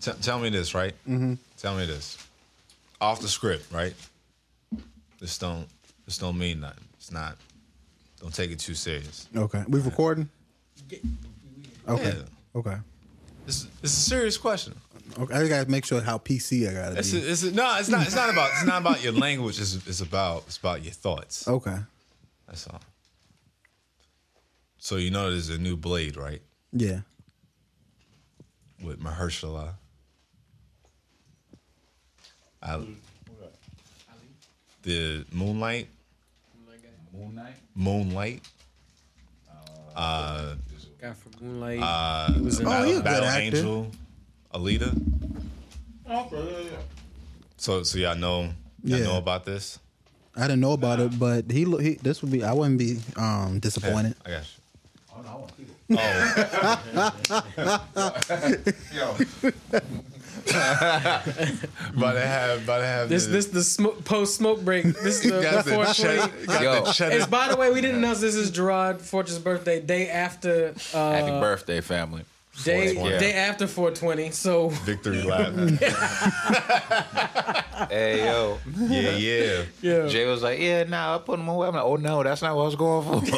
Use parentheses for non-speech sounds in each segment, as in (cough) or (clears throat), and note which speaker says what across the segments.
Speaker 1: T- tell me this, right? Mm-hmm. Tell me this. Off the script, right? This don't this don't mean nothing. It's not. Don't take it too serious.
Speaker 2: Okay. We recording? Okay.
Speaker 1: Yeah.
Speaker 2: Okay.
Speaker 1: This this is a serious question.
Speaker 2: Okay. I just gotta make sure how PC I gotta
Speaker 1: It's
Speaker 2: be.
Speaker 1: a, it's a, no, it's not. It's not about. It's not about your language. It's, it's about. It's about your thoughts.
Speaker 2: Okay.
Speaker 1: That's all. So you know there's a new Blade, right?
Speaker 2: Yeah.
Speaker 1: With Mahershala. I, the Moonlight.
Speaker 3: Moon Knight.
Speaker 1: Moonlight.
Speaker 4: Guy from Moonlight.
Speaker 1: Uh,
Speaker 4: he was in
Speaker 2: Oh,
Speaker 1: Battle,
Speaker 2: he a good
Speaker 1: Battle
Speaker 2: actor.
Speaker 1: Angel. Alita. So so y'all know. Y'all
Speaker 2: Yeah.
Speaker 1: know about this.
Speaker 2: I didn't know about it, but he look. He, this would be. I wouldn't be um
Speaker 1: Yeah, (laughs)
Speaker 2: disappointed.
Speaker 1: I got you.
Speaker 3: Oh no, I want people.
Speaker 1: Oh,
Speaker 3: Yo,
Speaker 1: about to have, about to have
Speaker 4: this
Speaker 1: the-
Speaker 4: this the smoke, post smoke break. This is the
Speaker 1: got the,
Speaker 4: fourth
Speaker 1: cheddar- (laughs)
Speaker 4: plate.
Speaker 1: got
Speaker 5: Yo.
Speaker 1: the cheddar.
Speaker 4: It's by the way, we didn't announce this is Gerard Fortune's birthday day after uh,
Speaker 5: Happy birthday, family.
Speaker 4: day
Speaker 5: 420.
Speaker 4: day after 420. So
Speaker 1: victory lap.
Speaker 4: (laughs)
Speaker 5: Hey yo,
Speaker 1: yeah, yeah.
Speaker 4: yeah,
Speaker 5: Jay was like, "Yeah, nah, I put him away." I'm like, "Oh no, that's not what I was going for."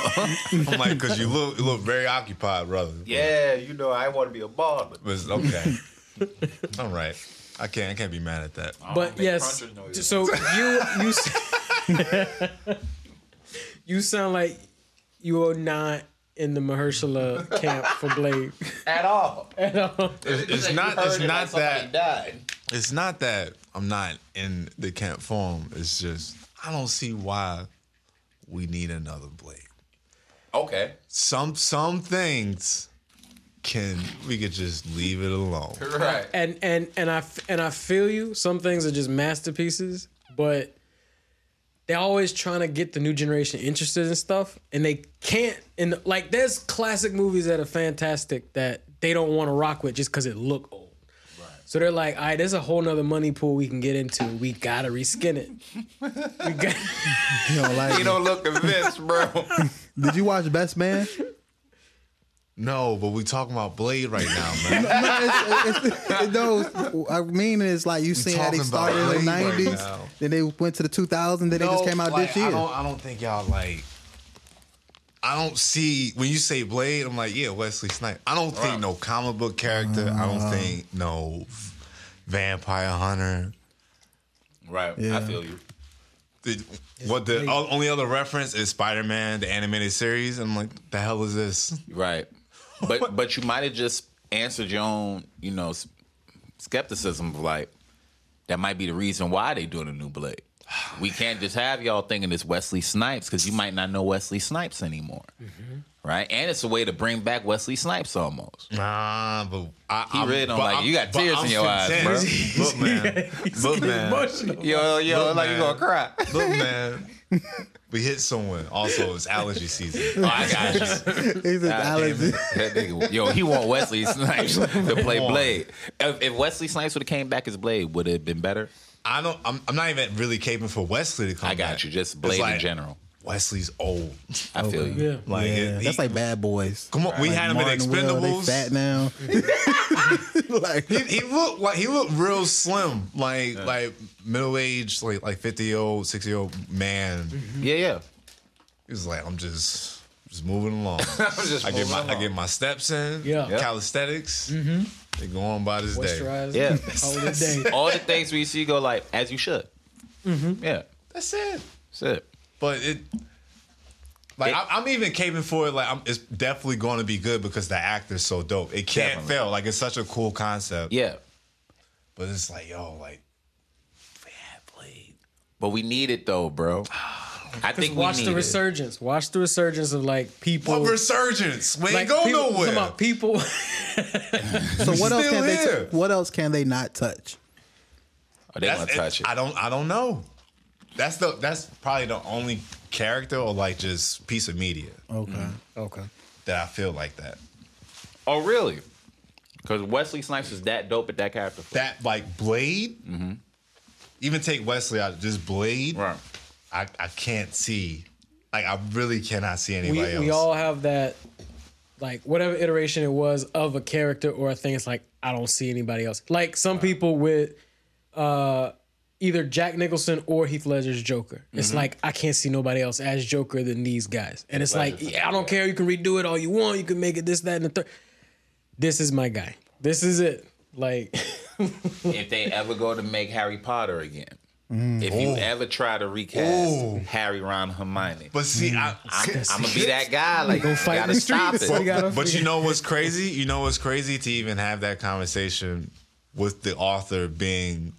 Speaker 1: I'm like, cause you look, you look very occupied, brother.
Speaker 5: yeah, you know, I want to be a baller.
Speaker 1: But it's okay. All right. I can't, I can't be mad at that.
Speaker 3: I'll
Speaker 4: but
Speaker 3: make
Speaker 4: yes.
Speaker 3: crunchers noises.
Speaker 4: So you you s- (laughs) you sound like you are not in the Mahershala camp for Blade.
Speaker 5: at all.
Speaker 1: It's, it's not,
Speaker 5: You
Speaker 1: it's
Speaker 5: heard it like
Speaker 1: not
Speaker 5: somebody
Speaker 1: that,
Speaker 5: died.
Speaker 1: it's not that I'm not in the camp form. It's just I don't see why we need another blade.
Speaker 5: Okay,
Speaker 1: Some, some things can we could just leave it alone.
Speaker 5: right.
Speaker 4: and and and I f- and I feel you. Some things are just masterpieces, but they're always trying to get the new generation interested in stuff, and they can't. And like, there's classic movies that are fantastic that they don't want to rock with just because it look old. So they're like, all right, there's a whole nother money pool we can get into. We gotta reskin it. We got-
Speaker 2: You know, like,
Speaker 5: You don't look convinced, bro.
Speaker 2: did you watch Best Man?
Speaker 1: (laughs) No, but we talking about blade right now,
Speaker 2: (laughs)
Speaker 1: man.
Speaker 2: No, it's, it's, it, no, I mean it's like you seen how they
Speaker 1: talking about
Speaker 2: started in the
Speaker 1: Blade right
Speaker 2: nineties,
Speaker 1: now.
Speaker 2: then they went to the two thousand, then they just
Speaker 1: No,
Speaker 2: came out
Speaker 1: like,
Speaker 2: this year.
Speaker 1: I
Speaker 2: (laughs)
Speaker 1: don't, I don't think y'all like. I don't see when you say Blade. I'm like, yeah, Wesley Snipes. I don't think no comic book character. I
Speaker 2: Uh-huh.
Speaker 1: don't think no vampire hunter.
Speaker 5: (laughs) Right,
Speaker 2: Yeah.
Speaker 5: I feel you.
Speaker 1: The- what the o- only other reference is Spider Man, the animated series. I'm like, the hell is this?
Speaker 5: Right, (laughs) but but you might have just answered your own, you know, s- skepticism of like that might be the reason why they doing a new Blade. We can't just have y'all thinking it's Wesley Snipes because you might not know Wesley Snipes anymore, right? And it's a way to bring back Wesley Snipes almost.
Speaker 1: Nah, but I,
Speaker 5: He
Speaker 1: I'm-
Speaker 5: really don't
Speaker 1: but
Speaker 5: like it.
Speaker 1: I'm-
Speaker 5: You got
Speaker 1: but
Speaker 5: tears
Speaker 1: I'm
Speaker 5: in your eyes,
Speaker 1: content. (laughs) Look,
Speaker 4: (laughs)
Speaker 1: man, look, man,
Speaker 4: emotional.
Speaker 5: Yo yo,
Speaker 1: Look,
Speaker 5: like you
Speaker 1: man.
Speaker 5: gonna cry?
Speaker 1: look, man. (laughs) We hit someone. Also, it's allergy season.
Speaker 5: Oh, I got you.
Speaker 2: It's just
Speaker 5: God damn
Speaker 2: allergy.
Speaker 5: it. That nigga- yo, he want (laughs) Wesley Snipes to play
Speaker 1: Come on.
Speaker 5: Blade. If, if Wesley Snipes would have came back as Blade, would it have been better?
Speaker 1: (laughs) I don't. I'm, I'm not even really caping for Wesley to come.
Speaker 5: I got
Speaker 1: back.
Speaker 5: you. Just
Speaker 1: It's
Speaker 5: Blade in
Speaker 1: like,
Speaker 5: general.
Speaker 1: Wesley's old. (laughs)
Speaker 5: I feel you.
Speaker 4: Yeah.
Speaker 1: Like
Speaker 2: Yeah,
Speaker 1: it- he-
Speaker 2: that's like Bad Boys.
Speaker 1: Come on, we had him in
Speaker 2: Martin Will,
Speaker 1: Expendables.
Speaker 2: they fat now.
Speaker 1: (laughs)
Speaker 2: (laughs) like
Speaker 1: he, he looked like he looked real slim, like like middle aged, like like fifty year old, sixty year old man.
Speaker 2: Mm-hmm.
Speaker 5: Yeah, yeah.
Speaker 1: He was like, I'm just just moving
Speaker 5: (laughs)
Speaker 1: along.
Speaker 5: just
Speaker 1: I get
Speaker 5: moving
Speaker 1: my I
Speaker 5: along.
Speaker 1: get my steps in.
Speaker 4: Yeah. Yeah.
Speaker 1: calisthenics. Mm-hmm. They go on by this day.
Speaker 4: Moisturize.
Speaker 5: Yeah.
Speaker 4: Call it a day.
Speaker 5: All the things we see go like as you should. Yeah,
Speaker 1: That's it.
Speaker 5: that's it.
Speaker 1: But it. Like
Speaker 5: It-
Speaker 1: I- I'm even caping for it. Like I'm, it's definitely going to be good because the actor's so dope. It can't
Speaker 5: Definitely.
Speaker 1: fail. Like it's such a cool concept.
Speaker 5: Yeah,
Speaker 1: But it's like yo, like
Speaker 5: but we need it though, bro. I think we
Speaker 4: Watch
Speaker 5: need
Speaker 4: the
Speaker 5: it.
Speaker 4: resurgence. Watch the resurgence of like people.
Speaker 1: What resurgence? We ain't
Speaker 4: like,
Speaker 1: go
Speaker 4: people,
Speaker 1: nowhere.
Speaker 4: Come
Speaker 1: (laughs)
Speaker 4: on, people.
Speaker 2: so, what else
Speaker 1: still
Speaker 2: can
Speaker 1: here.
Speaker 2: they? What else can they not touch?
Speaker 5: Oh, they
Speaker 1: That's-
Speaker 5: gonna touch it.
Speaker 1: I don't. I don't know. That's the. That's probably the only character or like just piece of media
Speaker 2: Okay,
Speaker 4: okay.
Speaker 1: that I feel like that.
Speaker 5: oh, really? Because Wesley Snipes is that dope at that character.
Speaker 1: That like Blade. Even take Wesley out. Just Blade.
Speaker 5: Mm-hmm.
Speaker 1: (laughs)
Speaker 5: Right.
Speaker 1: I I can't see. Like I really cannot see anybody
Speaker 4: we,
Speaker 1: else.
Speaker 4: we all have that like whatever iteration it was of a character or a thing. It's like I don't see anybody else. Like some people with uh, either Jack Nicholson or Heath Ledger's Joker.
Speaker 1: Mm-hmm.
Speaker 4: It's like I can't see nobody else as Joker than these guys. And it's like yeah, I don't care. You can redo it all you want. You can make it this, that, and the third. This is my guy. This is it. Like (laughs)
Speaker 5: if they ever go to make Harry Potter again, if you ever try to recast
Speaker 1: Ooh.
Speaker 5: Harry, Ron, Hermione,
Speaker 1: But see, I, (laughs) I,
Speaker 5: I'm gonna be that guy. Like, you
Speaker 4: fight in
Speaker 5: gotta
Speaker 4: the
Speaker 5: stop
Speaker 4: streets.
Speaker 5: it.
Speaker 4: We gotta
Speaker 1: But, but you
Speaker 4: figure-
Speaker 1: know what's crazy? You know what's crazy to even have that conversation with the author being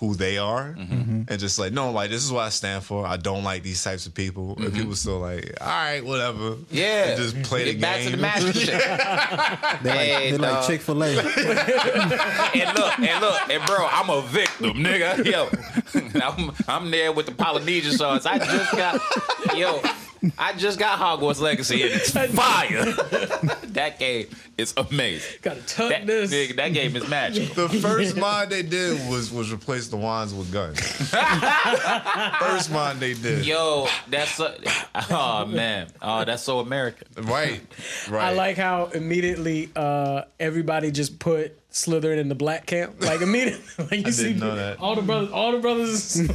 Speaker 1: who they are and just like, no, like this is what I stand for. I don't like these types of people. And people still like, all right, whatever.
Speaker 5: Mm-hmm. Yeah,
Speaker 1: And just play the
Speaker 5: Get back
Speaker 1: game.
Speaker 5: to the magic shit.
Speaker 2: They like,
Speaker 5: Hey,
Speaker 2: they like
Speaker 5: dog.
Speaker 2: Chick Fil A.
Speaker 5: and look, and look, and bro, I'm a victim, nigga. (laughs) Yo, I'm, I'm there with the Polynesian sauce. I just got, yo, I just got Hogwarts Legacy and it's fire. (laughs) that game is amazing.
Speaker 4: gotta tuck
Speaker 5: That,
Speaker 4: this.
Speaker 5: nigga, that game is
Speaker 4: (laughs)
Speaker 5: magical.
Speaker 1: The first mod they did was was replace the wands with
Speaker 4: (laughs)
Speaker 1: guns. first mod they did.
Speaker 5: Yo, that's so, oh man, oh that's so American.
Speaker 1: Right. Right.
Speaker 4: I like how immediately uh, everybody just put Slytherin in the black camp. Like immediately, (laughs) like you see
Speaker 1: didn't know that.
Speaker 4: all the brothers, all the brothers.
Speaker 1: I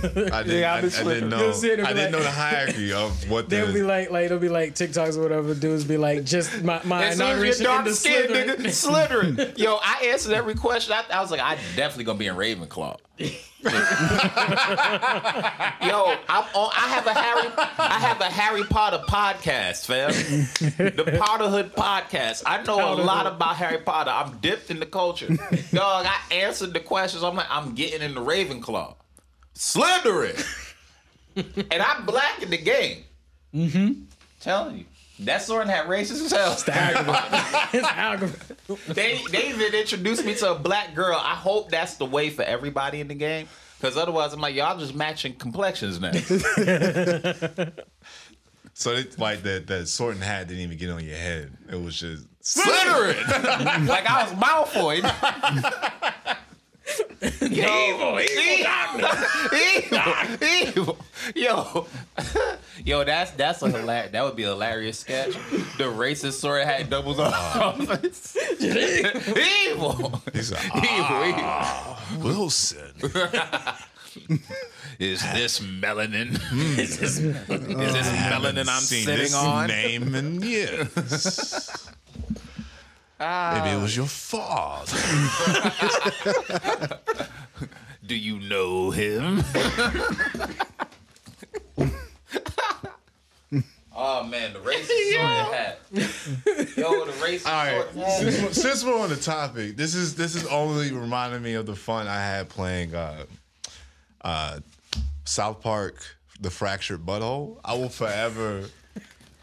Speaker 1: didn't,
Speaker 4: (laughs) Yeah,
Speaker 1: I, I
Speaker 4: I've been
Speaker 1: didn't
Speaker 4: slipping.
Speaker 1: know.
Speaker 4: You'll see it and
Speaker 1: I
Speaker 4: be
Speaker 1: didn't know
Speaker 4: like-
Speaker 1: the hierarchy
Speaker 4: (laughs)
Speaker 1: of what
Speaker 4: They'll
Speaker 1: the-
Speaker 4: be like, like it'll be like TikToks or whatever. Dudes be like, just my my
Speaker 5: As soon as
Speaker 4: inauguration
Speaker 5: you're dark
Speaker 4: into
Speaker 5: skinned,
Speaker 4: Slytherin. (laughs)
Speaker 5: nigga, (laughs) slithering. Yo, I answered every question. I, I was like, I definitely gonna be in (laughs) Ravenclaw. Yo, I'm on, I have a Harry, I have a Harry Potter podcast, fam. The Potterhood podcast. I know a lot about Harry Potter. I'm dipped in the culture, dog. I answered the questions. I'm like, I'm getting into Ravenclaw, slithering, and I'm black in the game. Mm-hmm. Telling you. That Soren had racist as hell.
Speaker 4: It's algorithm.
Speaker 5: They they even introduced me to a black girl. I hope that's the way for everybody in the game. Cause otherwise, I'm like, y'all just matching complexions now.
Speaker 1: So it's like that that sorting hat didn't even get on your head. It was just
Speaker 5: Slytherin, like I was Malfoy. Yo, evil, evil, evil, Yo, (laughs) yo, that's that's a hilarious. That would be a hilarious sketch. The racist sword hat doubles (laughs) office. evil,
Speaker 1: he's
Speaker 4: (laughs)
Speaker 1: like,
Speaker 5: evil, evil.
Speaker 1: "Ah, Wilson.
Speaker 5: Is this melanin? is this, is this melanin I'm
Speaker 1: Seen
Speaker 5: sitting
Speaker 1: this
Speaker 5: on?
Speaker 1: name in years.
Speaker 4: (laughs) Ah.
Speaker 1: Maybe it was your father.
Speaker 5: Do you know him? (laughs) oh man, the racist hat. Yo, the racist
Speaker 1: All right. Since, we're- since we're on the topic, this is this is only reminding me of the fun I had playing uh, uh, South Park, The Fractured Butthole. I will forever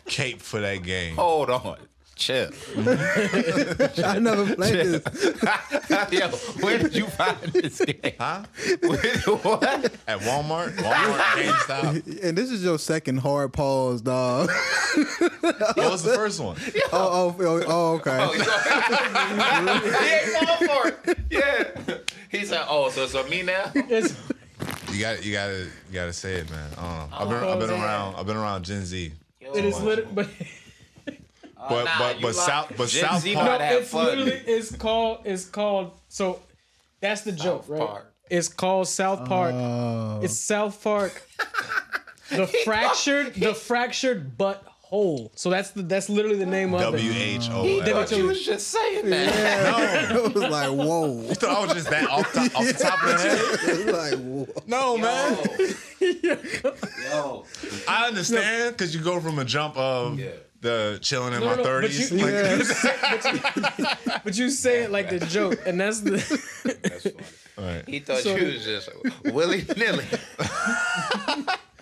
Speaker 1: cape for that game.
Speaker 5: Hold on. Chill. (laughs)
Speaker 2: I never played this.
Speaker 5: Yo, where did you find this game?
Speaker 1: Huh?
Speaker 5: Where- (laughs) what?
Speaker 1: At Walmart, Walmart, GameStop.
Speaker 2: And this is your second hard pause, dog.
Speaker 1: What was the first one?
Speaker 2: Oh, oh, oh, oh,
Speaker 5: Oh,
Speaker 2: okay.
Speaker 5: yo. he ain't fall for it. Yeah. He said, oh, so it's on me now?
Speaker 4: It's-
Speaker 1: You got you got to you got to say it, man. Uh, I've been I've been
Speaker 5: Oh,
Speaker 1: around I've been around Gen Z.
Speaker 4: it
Speaker 1: Oh
Speaker 4: is literally, but
Speaker 1: But
Speaker 5: Oh, nah,
Speaker 1: but
Speaker 5: you
Speaker 1: but
Speaker 5: lie.
Speaker 1: South but
Speaker 5: Gen
Speaker 1: South
Speaker 5: Z
Speaker 1: Park
Speaker 5: gotta have
Speaker 4: it's
Speaker 5: fun,
Speaker 4: literally
Speaker 5: nigga.
Speaker 4: it's called it's called so that's the joke, right?
Speaker 5: Park.
Speaker 4: It's called South Park. It's South Park.
Speaker 5: (laughs)
Speaker 4: the fractured, the fractured butthole. So that's the that's literally the name of
Speaker 1: W
Speaker 4: it.
Speaker 1: H
Speaker 5: He
Speaker 1: O. L.
Speaker 5: thought you was just saying that.
Speaker 2: Uh, it was like whoa. (laughs)
Speaker 1: You thought I was just that off, top off the top of the head?
Speaker 2: It was like whoa.
Speaker 1: No, man.
Speaker 5: Oh.
Speaker 4: (laughs)
Speaker 5: Yo.
Speaker 1: I understand because you go from a jump of
Speaker 5: Yeah.
Speaker 1: the chilling in
Speaker 4: No,
Speaker 1: my
Speaker 4: no, but you-
Speaker 1: thirties.
Speaker 4: you-
Speaker 1: like,
Speaker 4: But you say it like the joke, and that's the.
Speaker 5: (laughs) That's funny.
Speaker 1: all right.
Speaker 5: He thought
Speaker 4: So-
Speaker 5: you was just willy
Speaker 4: (laughs)
Speaker 5: nilly.
Speaker 1: (laughs)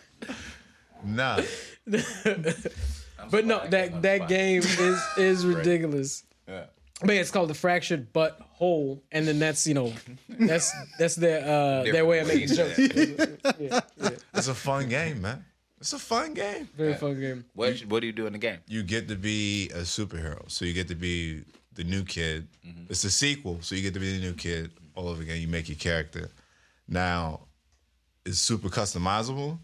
Speaker 1: Nah,
Speaker 4: But no, that that game is is ridiculous.
Speaker 5: Yeah.
Speaker 4: But yeah, it's called the fractured butt hole, and then that's you know, that's that's their uh their way of making jokes.
Speaker 1: it's a fun game, man. It's a fun game.
Speaker 4: Very fun game.
Speaker 5: What what do you do in the game?
Speaker 1: You get to be a superhero, so you get to be the new kid. It's a sequel, so you get to be the new kid all over again. You make your character. Now, it's super customizable.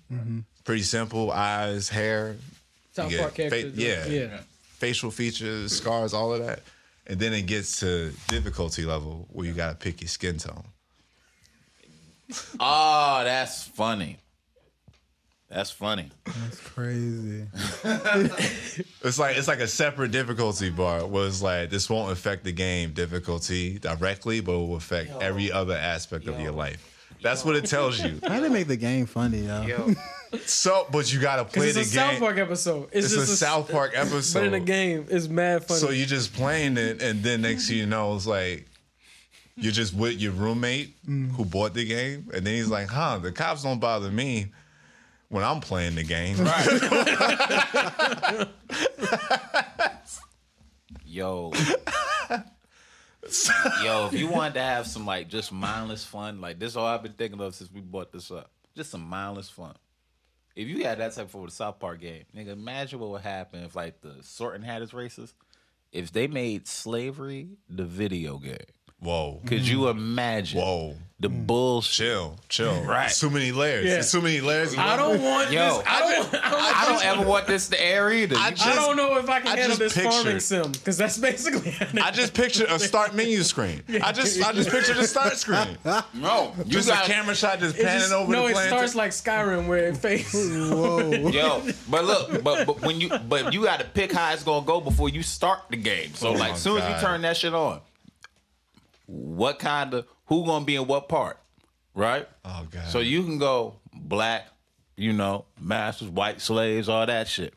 Speaker 1: Pretty simple. Eyes, hair.
Speaker 4: South
Speaker 1: Yeah,
Speaker 4: Park character.
Speaker 1: fa- yeah.
Speaker 4: yeah.
Speaker 1: facial features, scars, all of that. And then it gets to difficulty level where you gotta pick your skin tone.
Speaker 5: Oh, that's funny. That's funny.
Speaker 2: That's crazy.
Speaker 1: It's like it's like a separate difficulty bar. Where it's like this won't affect the game difficulty directly, but will affect every other aspect of your life. That's what it tells
Speaker 4: (laughs)
Speaker 1: you.
Speaker 2: How they make the game funny, yo?
Speaker 1: So, but you gotta play
Speaker 4: It's
Speaker 1: the
Speaker 4: a South
Speaker 1: game.
Speaker 4: Park episode. It's,
Speaker 1: it's a
Speaker 4: just
Speaker 1: South Park episode.
Speaker 4: (laughs) But in a game, it's mad funny.
Speaker 1: So you're just playing it, and then next thing you know, it's like you're just with your roommate
Speaker 4: Mm.
Speaker 1: who bought the game, and then he's like, "Huh, the cops don't bother me when I'm playing the game."
Speaker 4: (laughs)
Speaker 5: Yo. Yo, if you wanted to have some like just mindless fun, like this is all I've been thinking of since we brought this up. Just some mindless fun. If you had that type for the South Park game, nigga, imagine what would happen if like the sorting hat is racist. If they made slavery the video game.
Speaker 1: (laughs) Whoa,
Speaker 5: Could you imagine
Speaker 1: whoa,
Speaker 5: the
Speaker 4: Mm.
Speaker 5: bullshit?
Speaker 1: chill, chill.
Speaker 5: Right.
Speaker 1: Too many layers.
Speaker 4: Yeah.
Speaker 1: It's too many layers.
Speaker 4: I don't want
Speaker 5: Yo,
Speaker 4: this. I don't. I don't,
Speaker 5: I don't ever want this to air either.
Speaker 1: I
Speaker 5: You
Speaker 1: just-
Speaker 4: I don't know if I can
Speaker 1: I
Speaker 4: handle
Speaker 1: just
Speaker 4: this farming
Speaker 1: pictured-
Speaker 4: sim because that's (laughs) basically.
Speaker 1: I just pictured a start menu
Speaker 4: (laughs)
Speaker 1: screen. I just, I just pictured the start screen.
Speaker 5: No, you
Speaker 1: Just
Speaker 5: got
Speaker 1: a camera shot just
Speaker 4: It
Speaker 1: panning
Speaker 4: just-
Speaker 1: over
Speaker 4: no,
Speaker 1: the
Speaker 4: it
Speaker 1: plant.
Speaker 4: starts like Skyrim where it
Speaker 1: (laughs)
Speaker 4: fades.
Speaker 2: Whoa.
Speaker 5: Yo, but look, but, but when you but you got to pick how it's gonna go before you start the game. So
Speaker 1: Oh
Speaker 5: like,
Speaker 1: my
Speaker 5: soon as
Speaker 1: God.
Speaker 5: you turn that shit on, what kind of who gonna be in what part, right?
Speaker 1: Oh, God.
Speaker 5: So you can go black, you know, masters, white slaves, all that shit.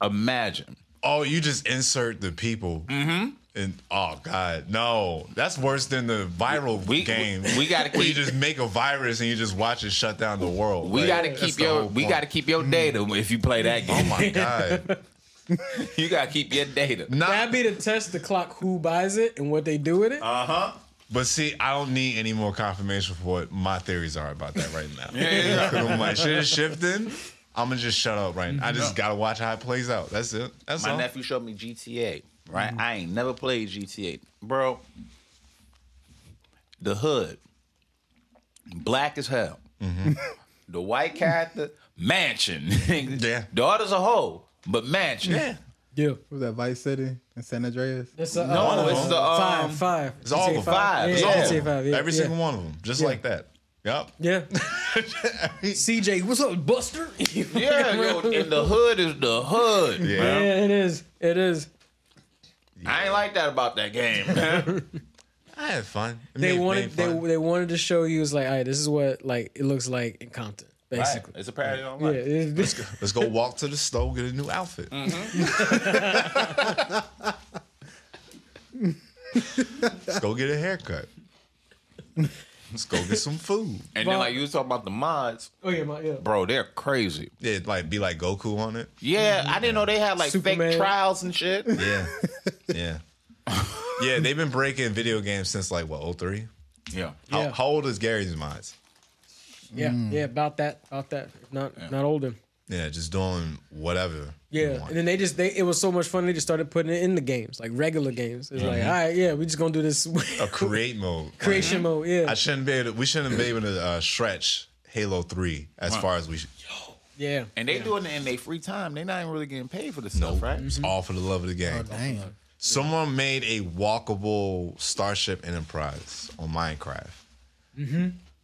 Speaker 5: Imagine.
Speaker 1: Oh, you just insert the people. Mm-hmm. And oh god, no, that's worse than the viral
Speaker 5: We- we-
Speaker 1: game.
Speaker 5: we gotta
Speaker 1: where you
Speaker 5: keep-
Speaker 1: just make a virus and you just watch it shut down the world.
Speaker 5: We
Speaker 1: Like,
Speaker 5: gotta
Speaker 1: that's
Speaker 5: keep
Speaker 1: the
Speaker 5: your
Speaker 1: whole
Speaker 5: we
Speaker 1: point.
Speaker 5: gotta keep your data if you play that
Speaker 1: Oh
Speaker 5: game.
Speaker 1: my
Speaker 4: (laughs)
Speaker 1: god,
Speaker 5: (laughs) you gotta keep your data.
Speaker 1: not.
Speaker 4: That'd be to test the clock who buys it and what they do with it.
Speaker 5: Uh,
Speaker 1: but see, I don't need any more confirmation for what my theories are about that right
Speaker 4: (laughs)
Speaker 1: now.
Speaker 5: yeah,
Speaker 1: 'Cause I'm like shit is shifting. I'm gonna just shut up right now. I just gotta watch how it plays out. That's it. That's
Speaker 5: My
Speaker 1: all.
Speaker 5: nephew showed me GTA, right?
Speaker 1: Mm-hmm.
Speaker 5: I ain't never played GTA. Bro, the hood, black as hell.
Speaker 1: Mm-hmm.
Speaker 5: (laughs) The white character, mansion. (laughs)
Speaker 1: Yeah.
Speaker 5: Daughter's a hoe, but mansion.
Speaker 1: Yeah.
Speaker 4: Yeah.
Speaker 2: Was that Vice City in San Andreas?
Speaker 4: It's a,
Speaker 5: No,
Speaker 4: uh,
Speaker 5: it's the, um,
Speaker 4: five, five.
Speaker 1: It's all
Speaker 4: GTA
Speaker 1: the five.
Speaker 4: Yeah,
Speaker 1: It's all of
Speaker 4: GTA
Speaker 1: them.
Speaker 4: five. Yeah,
Speaker 1: Every
Speaker 4: yeah.
Speaker 1: single one of them, just like that. Yep.
Speaker 4: Yeah.
Speaker 1: (laughs)
Speaker 4: CJ, what's up, Buster?
Speaker 5: (laughs)
Speaker 4: (laughs)
Speaker 5: Yeah, yo, and the hood is the hood.
Speaker 1: Yeah.
Speaker 5: man.
Speaker 4: Yeah, it is. It is.
Speaker 5: I ain't like that about that game, man.
Speaker 1: I had fun. It
Speaker 4: They
Speaker 1: made-
Speaker 4: wanted
Speaker 1: made
Speaker 4: they,
Speaker 1: fun.
Speaker 4: they wanted to show you it's like, all right, this is what like it looks like in Compton, basically.
Speaker 5: It's a parody on
Speaker 4: Yeah,
Speaker 5: life.
Speaker 4: it-
Speaker 1: Let's go walk to the store, get a new outfit. Let's go get a haircut. Let's go get some food.
Speaker 5: And then like you was talking about the mods,
Speaker 4: (laughs) oh yeah, my, yeah.
Speaker 5: bro, they're crazy.
Speaker 1: It like be like Goku on it.
Speaker 5: Yeah, I didn't know they had like
Speaker 4: Superman.
Speaker 5: fake trials and
Speaker 1: (laughs)
Speaker 5: shit.
Speaker 1: Yeah. Yeah. Yeah, they've been breaking video games since like what, 03?
Speaker 5: Yeah.
Speaker 1: How,
Speaker 4: Yeah.
Speaker 1: how old is Gary's mods?
Speaker 4: Yeah,
Speaker 5: Mm.
Speaker 4: yeah, about that, about that. If Not not older.
Speaker 1: Yeah, just doing whatever. you
Speaker 4: Yeah,
Speaker 1: want.
Speaker 4: and then they just they it was so much fun they just started putting it in the games, like regular games. It's
Speaker 5: Mm-hmm.
Speaker 4: like, all right, yeah, we just gonna do this
Speaker 1: a create mode.
Speaker 4: (laughs) creation mode. Yeah,
Speaker 1: I shouldn't be able to, we shouldn't be able to uh, stretch Halo 3 as far as we should.
Speaker 4: yeah.
Speaker 5: And they doing it in their free time. They not even really getting paid for this stuff, right?
Speaker 4: Mm-hmm.
Speaker 1: It's all for the love of the
Speaker 4: Oh,
Speaker 1: game.
Speaker 2: Damn.
Speaker 1: Someone made a walkable Starship Enterprise on Minecraft.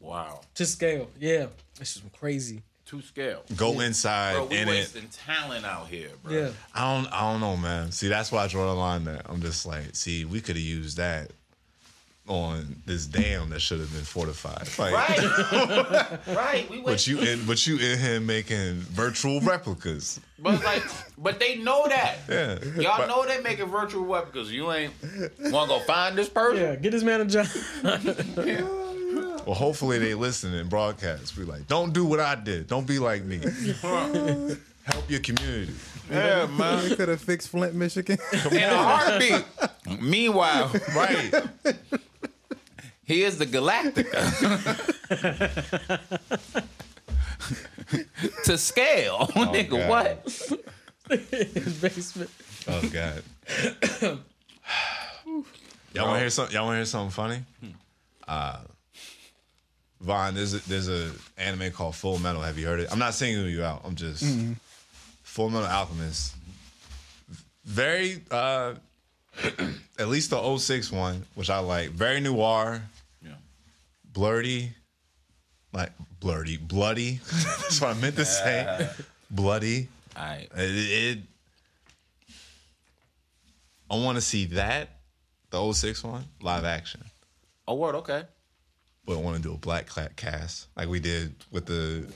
Speaker 5: Wow.
Speaker 4: to scale. Yeah, this is crazy.
Speaker 5: Two scale.
Speaker 1: Go inside
Speaker 5: Bro, we
Speaker 1: in it.
Speaker 5: wasting talent out here, bro.
Speaker 4: Yeah,
Speaker 1: I don't. I don't know, man. See, that's why I draw the line. That I'm just like, see, we could have used that on this dam that should have been fortified. Like,
Speaker 5: Right. right.
Speaker 1: (laughs)
Speaker 5: We
Speaker 1: But
Speaker 5: went,
Speaker 1: you in. But you in here making virtual replicas.
Speaker 5: but like, but they know that.
Speaker 1: Yeah.
Speaker 5: Y'all know they making virtual weapons. You ain't want to go find this
Speaker 4: yeah.
Speaker 5: person.
Speaker 4: Get this man a job. (laughs)
Speaker 1: Well, hopefully they listen and broadcast. Be like, don't do what I did. Don't be like me. Help your community.
Speaker 5: Yeah, man.
Speaker 2: They could have fixed Flint, Michigan.
Speaker 5: In a heartbeat. Meanwhile,
Speaker 1: Right.
Speaker 5: here's the Galactica. (laughs) to scale, nigga.
Speaker 1: God.
Speaker 5: What?
Speaker 4: His
Speaker 5: (laughs)
Speaker 4: basement.
Speaker 1: Oh God. y'all want to hear something? Y'all want to hear something funny? Uh, Vaughn, there's a, there's a anime called Full Metal. Have you heard it? I'm not singling you out. I'm just Full Metal Alchemist. very uh (clears throat) at least the 06 one, which I like. Very noir,
Speaker 5: Yeah.
Speaker 1: blurty, like blurty, bloody. (laughs) That's what I meant to say. Bloody.
Speaker 5: All right.
Speaker 1: It, it I want to see that the 06 one live action,
Speaker 5: Oh, word. Okay.
Speaker 1: but I want to do a black cla- cast like we did with the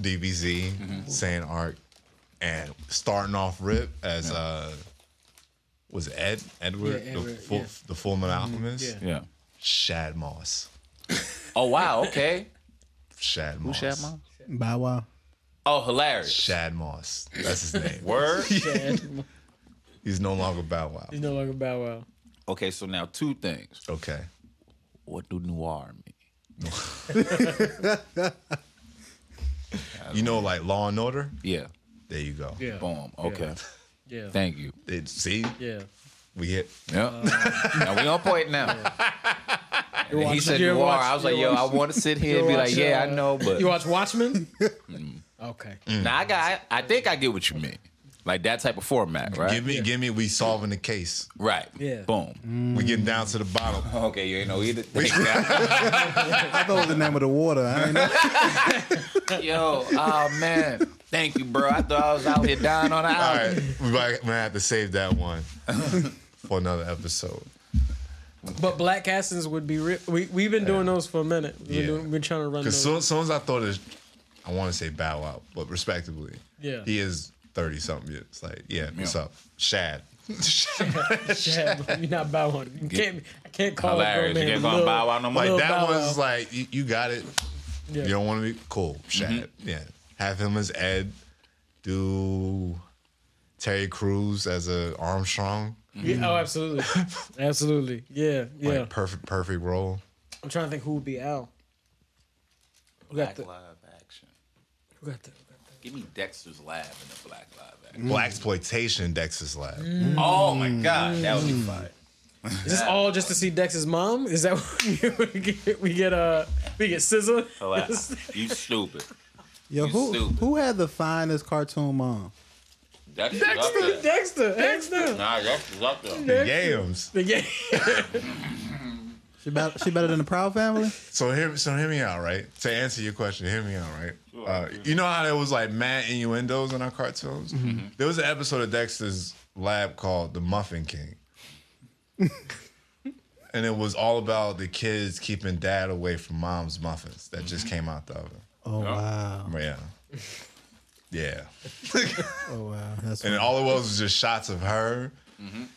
Speaker 1: DBZ
Speaker 4: Mm-hmm.
Speaker 1: saying arc and starting off rip as uh was it Ed Edward,
Speaker 4: Yeah,
Speaker 1: the
Speaker 4: Edward,
Speaker 1: full
Speaker 4: yeah. Mm-hmm.
Speaker 1: the full metal alchemist
Speaker 4: yeah.
Speaker 5: Yeah.
Speaker 1: Shad Moss
Speaker 5: Oh wow. Okay.
Speaker 1: Shad Moss
Speaker 5: Shad Moss?
Speaker 2: (laughs) Bow Wow.
Speaker 5: Oh, hilarious.
Speaker 1: Shad Moss that's his
Speaker 4: (laughs)
Speaker 1: name
Speaker 5: Word.
Speaker 1: he's no longer Bow Wow
Speaker 4: He's no longer Bow Wow.
Speaker 5: (laughs) okay. So now two things.
Speaker 1: okay
Speaker 5: What do noir mean?
Speaker 1: you know like Law and Order
Speaker 5: Yeah.
Speaker 1: there you go
Speaker 4: Yeah.
Speaker 5: Boom. Okay.
Speaker 4: Yeah.
Speaker 5: Thank you.
Speaker 1: it, see
Speaker 4: yeah.
Speaker 1: we hit
Speaker 5: Yeah. (laughs) now we on point now. And then he
Speaker 4: watch-
Speaker 5: said
Speaker 4: you ever
Speaker 5: noir.
Speaker 4: watch-
Speaker 5: I was
Speaker 4: you
Speaker 5: like,
Speaker 4: ever
Speaker 5: yo, I
Speaker 4: watch-
Speaker 5: want to sit here and be
Speaker 4: ever
Speaker 5: like,
Speaker 4: watch,
Speaker 5: yeah,
Speaker 4: uh,
Speaker 5: I know, (laughs) but Mm.
Speaker 4: You watch Watchmen? okay.
Speaker 5: now I got. I, I think I get what you mean. Like that type of format, right?
Speaker 1: Give me, give me. We solving the case.
Speaker 5: Right.
Speaker 4: Yeah.
Speaker 5: Boom.
Speaker 1: We getting down to the bottom.
Speaker 5: Okay, you ain't know either. Thank
Speaker 2: I thought it was the name of the water. I ain't know.
Speaker 5: God. (laughs) Yo, oh man. Thank you, bro. I thought I was out here dying on the
Speaker 1: All
Speaker 5: island.
Speaker 1: right, we might, we might have to save that one for another episode.
Speaker 4: But black castings would be real. We, we've been doing those for a minute. We've
Speaker 1: Yeah.
Speaker 4: been, doing, we're trying to run
Speaker 1: Because
Speaker 4: those.
Speaker 1: soon, soon as I thought of, I want to say Bow Wow, but respectively,
Speaker 4: Yeah.
Speaker 1: he is thirty something years. It's Like, yeah, what's
Speaker 5: Yeah.
Speaker 1: up, Shad? (laughs)
Speaker 4: (laughs) Yeah, but you're not Bow Wow. You can't, I can't call
Speaker 5: Hilarious.
Speaker 4: it
Speaker 5: You can't call him Bow Wow no more.
Speaker 1: Like
Speaker 5: Little
Speaker 1: that
Speaker 4: Bow Wow.
Speaker 1: one's like you, you got it.
Speaker 4: Yeah.
Speaker 1: You don't want to be cool, Shad. Yeah, have him as Ed. Do Terry Crews as a Armstrong.
Speaker 4: Yeah, oh, absolutely.
Speaker 5: (laughs)
Speaker 4: absolutely. Yeah, yeah.
Speaker 1: Like perfect, perfect role.
Speaker 4: I'm trying to think who would be Al. Who got
Speaker 5: Black
Speaker 4: the,
Speaker 5: live action.
Speaker 4: who got the,
Speaker 5: Give me Dexter's Lab and the Black Live action.
Speaker 1: Black exploitation, Dexter's Lab.
Speaker 5: Oh my
Speaker 4: Mm.
Speaker 5: God, that would be fire.
Speaker 4: Is this all just to see Dex's mom? Is that (laughs) what we get? We get, uh, we get Scissor?
Speaker 5: Oh, Hilarious. (laughs) you stupid.
Speaker 2: Yo,
Speaker 5: You
Speaker 2: who
Speaker 5: stupid.
Speaker 2: who had the finest cartoon mom?
Speaker 5: Dexter's
Speaker 4: (laughs) Dexter,
Speaker 5: up there.
Speaker 4: Dexter, Dexter.
Speaker 5: Nah, Dexter's up there.
Speaker 1: The Yams.
Speaker 4: The
Speaker 5: (laughs)
Speaker 4: game.
Speaker 2: She better, she better than the Proud Family.
Speaker 1: So hear so hear me out, right? To answer your question, hear me out, right? Uh, you know how there was like mad innuendos in our cartoons. There was an episode of Dexter's Lab called "The Muffin King," and it was all about the kids keeping dad away from mom's muffins that just came out the oven.
Speaker 2: Oh wow,
Speaker 1: But yeah, yeah.
Speaker 2: oh wow, that's
Speaker 1: And all it was was just shots of her.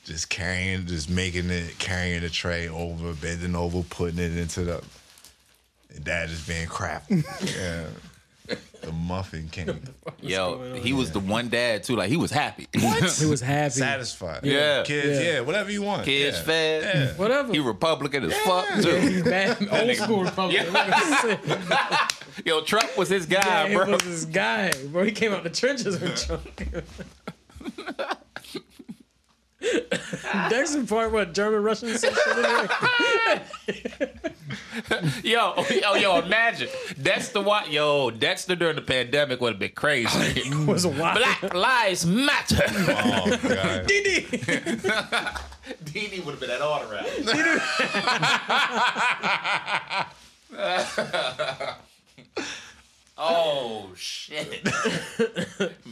Speaker 1: Just carrying, just making it, carrying the tray over, bending over, putting it into the. And dad just being crafty. yeah. The muffin king.
Speaker 5: Yo, he was the one dad too. Like he was happy.
Speaker 4: He was happy.
Speaker 1: Satisfied.
Speaker 5: Yeah.
Speaker 1: Kids,
Speaker 4: Yeah.
Speaker 1: yeah. whatever you want.
Speaker 5: Kids
Speaker 1: yeah.
Speaker 5: fed.
Speaker 4: Whatever.
Speaker 5: He Republican as fuck too.
Speaker 4: He's
Speaker 5: (laughs)
Speaker 4: bad. Old school Republican.
Speaker 5: Yo, Trump was his guy,
Speaker 4: Yeah, he
Speaker 5: bro.
Speaker 4: was this guy, bro. He came out the trenches with (laughs) Trump. Dexter part what German Russian some shit in there?
Speaker 5: Yo, yo, yo, imagine. Dexter what yo, Dexter during the pandemic would have been
Speaker 4: (laughs)
Speaker 5: crazy.
Speaker 4: was wild.
Speaker 5: Black lives matter.
Speaker 1: Oh,
Speaker 5: (laughs)
Speaker 1: God.
Speaker 4: DD.
Speaker 5: Dini would have been at all
Speaker 1: (laughs)
Speaker 5: around. (laughs) oh shit.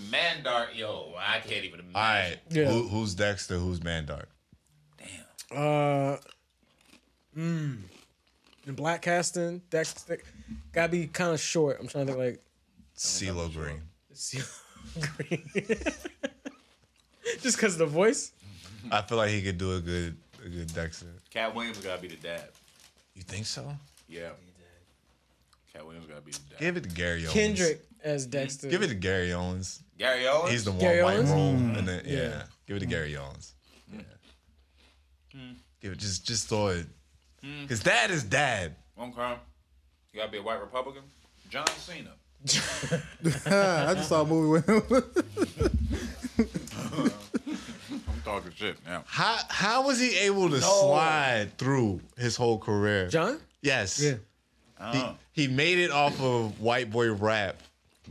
Speaker 5: Mandart, yo, I can't even
Speaker 1: All
Speaker 5: imagine.
Speaker 1: right.
Speaker 4: Yeah.
Speaker 1: Who, who's Dexter? Who's Mandark?
Speaker 4: Uh, mm. And black casting, Dexter gotta be kind of short. I'm trying to think like
Speaker 1: CeeLo Green.
Speaker 4: see- (laughs) green. Just because the voice.
Speaker 1: I feel like he could do a good, a good Dexter.
Speaker 5: Cat Williams gotta be the dad.
Speaker 1: You think so?
Speaker 5: Yeah. Cat Williams gotta be the dad.
Speaker 1: Give it to Gary Owens.
Speaker 4: Kendrick as Dexter.
Speaker 1: Give it to Gary Owens.
Speaker 5: Gary Owens.
Speaker 1: He's the one
Speaker 4: Gary
Speaker 1: white
Speaker 4: Owens?
Speaker 1: role,
Speaker 5: Mm.
Speaker 1: and then yeah.
Speaker 4: Yeah. Mm.
Speaker 1: give it to Gary Owens. Yeah, give it just just throw it.
Speaker 4: Mm.
Speaker 1: His dad is dad.
Speaker 5: one crime. You gotta be a white Republican. John Cena.
Speaker 2: I just saw a movie with (laughs) him.
Speaker 5: I'm talking shit now.
Speaker 1: How how was he able to slide through his whole career?
Speaker 4: John.
Speaker 1: Yes.
Speaker 4: Yeah.
Speaker 1: He, he made it off of white boy rap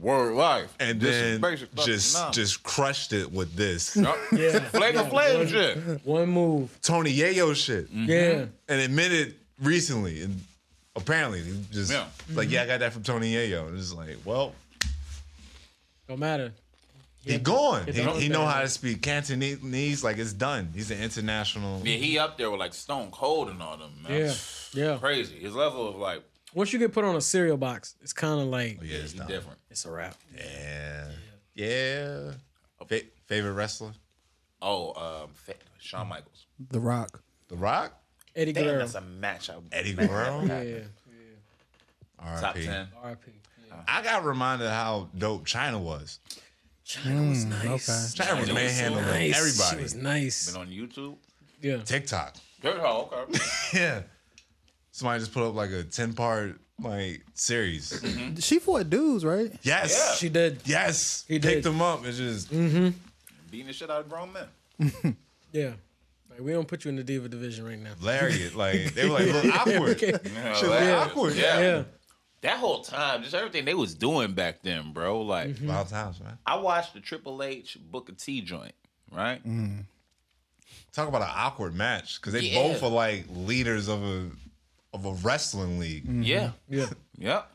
Speaker 5: Word life.
Speaker 1: and
Speaker 5: This is
Speaker 1: then
Speaker 5: basic fucking
Speaker 1: just
Speaker 5: knowledge.
Speaker 1: just crushed it with this
Speaker 4: Mm.
Speaker 5: Yup.
Speaker 4: Yeah.
Speaker 5: Flavor
Speaker 4: Yeah.
Speaker 5: Flav shit.
Speaker 4: One move.
Speaker 1: Tony Yayo shit,
Speaker 4: Yeah.
Speaker 1: and admitted recently, and apparently he just
Speaker 5: Yeah.
Speaker 1: like
Speaker 4: Mm-hmm.
Speaker 1: yeah, I got that from Tony Yayo, and it's like well.
Speaker 4: Don't matter.
Speaker 1: He gone.
Speaker 4: Get
Speaker 1: He,
Speaker 4: the whole
Speaker 1: he know
Speaker 4: thing.
Speaker 1: how to speak Cantonese. Like it's done. He's an international.
Speaker 5: Yeah, he up there with like Stone Cold and all them. Man.
Speaker 4: Yeah. Yeah.
Speaker 5: (laughs) Crazy. His level of like
Speaker 4: Once you get put on a cereal box, it's kind of like
Speaker 1: yeah,
Speaker 5: is
Speaker 1: it's done.
Speaker 5: different.
Speaker 4: it's a wrap.
Speaker 1: Yeah, yeah. Fa- favorite wrestler?
Speaker 5: Oh, um, fa- Shawn Michaels.
Speaker 2: The Rock.
Speaker 1: The Rock?
Speaker 4: Eddie
Speaker 5: Damn,
Speaker 4: Guerrero.
Speaker 5: that's a match. I
Speaker 1: Eddie Guerrero?
Speaker 4: Yeah. yeah.
Speaker 5: Top
Speaker 1: R.I.P.
Speaker 5: ten.
Speaker 4: R.I.P. Yeah.
Speaker 1: I got reminded how dope China was.
Speaker 4: China was nice.
Speaker 2: Mm, okay.
Speaker 1: China was
Speaker 5: China was so
Speaker 1: manhandling
Speaker 4: Nice. She was
Speaker 1: everybody.
Speaker 5: Been
Speaker 4: nice.
Speaker 5: on YouTube.
Speaker 4: Yeah.
Speaker 1: TikTok. (laughs)
Speaker 5: Good hole. Okay.
Speaker 1: Yeah. Somebody just put up like a ten part like series.
Speaker 2: She fought dudes, right?
Speaker 1: Yes.
Speaker 4: She did.
Speaker 1: Yes.
Speaker 4: He
Speaker 1: Picked
Speaker 4: did.
Speaker 1: them up. It's just
Speaker 5: Beating the shit out of grown men.
Speaker 4: Yeah. Like, we don't put you in the diva division right now.
Speaker 1: hilarious. Like they were like look awkward.
Speaker 5: Yeah,
Speaker 1: Shit look
Speaker 5: that-
Speaker 1: awkward.
Speaker 5: Yeah.
Speaker 4: Yeah.
Speaker 5: That whole time, just everything they was doing back then, bro. Like
Speaker 4: Mm-hmm.
Speaker 1: Wild times, man.
Speaker 5: I watched the Triple H Booker T joint, right?
Speaker 1: Mm-hmm. Talk about an awkward match because they
Speaker 5: Yeah.
Speaker 1: both are like leaders of a of a wrestling league.
Speaker 5: Yeah.
Speaker 4: Yeah. (laughs)
Speaker 5: Yep.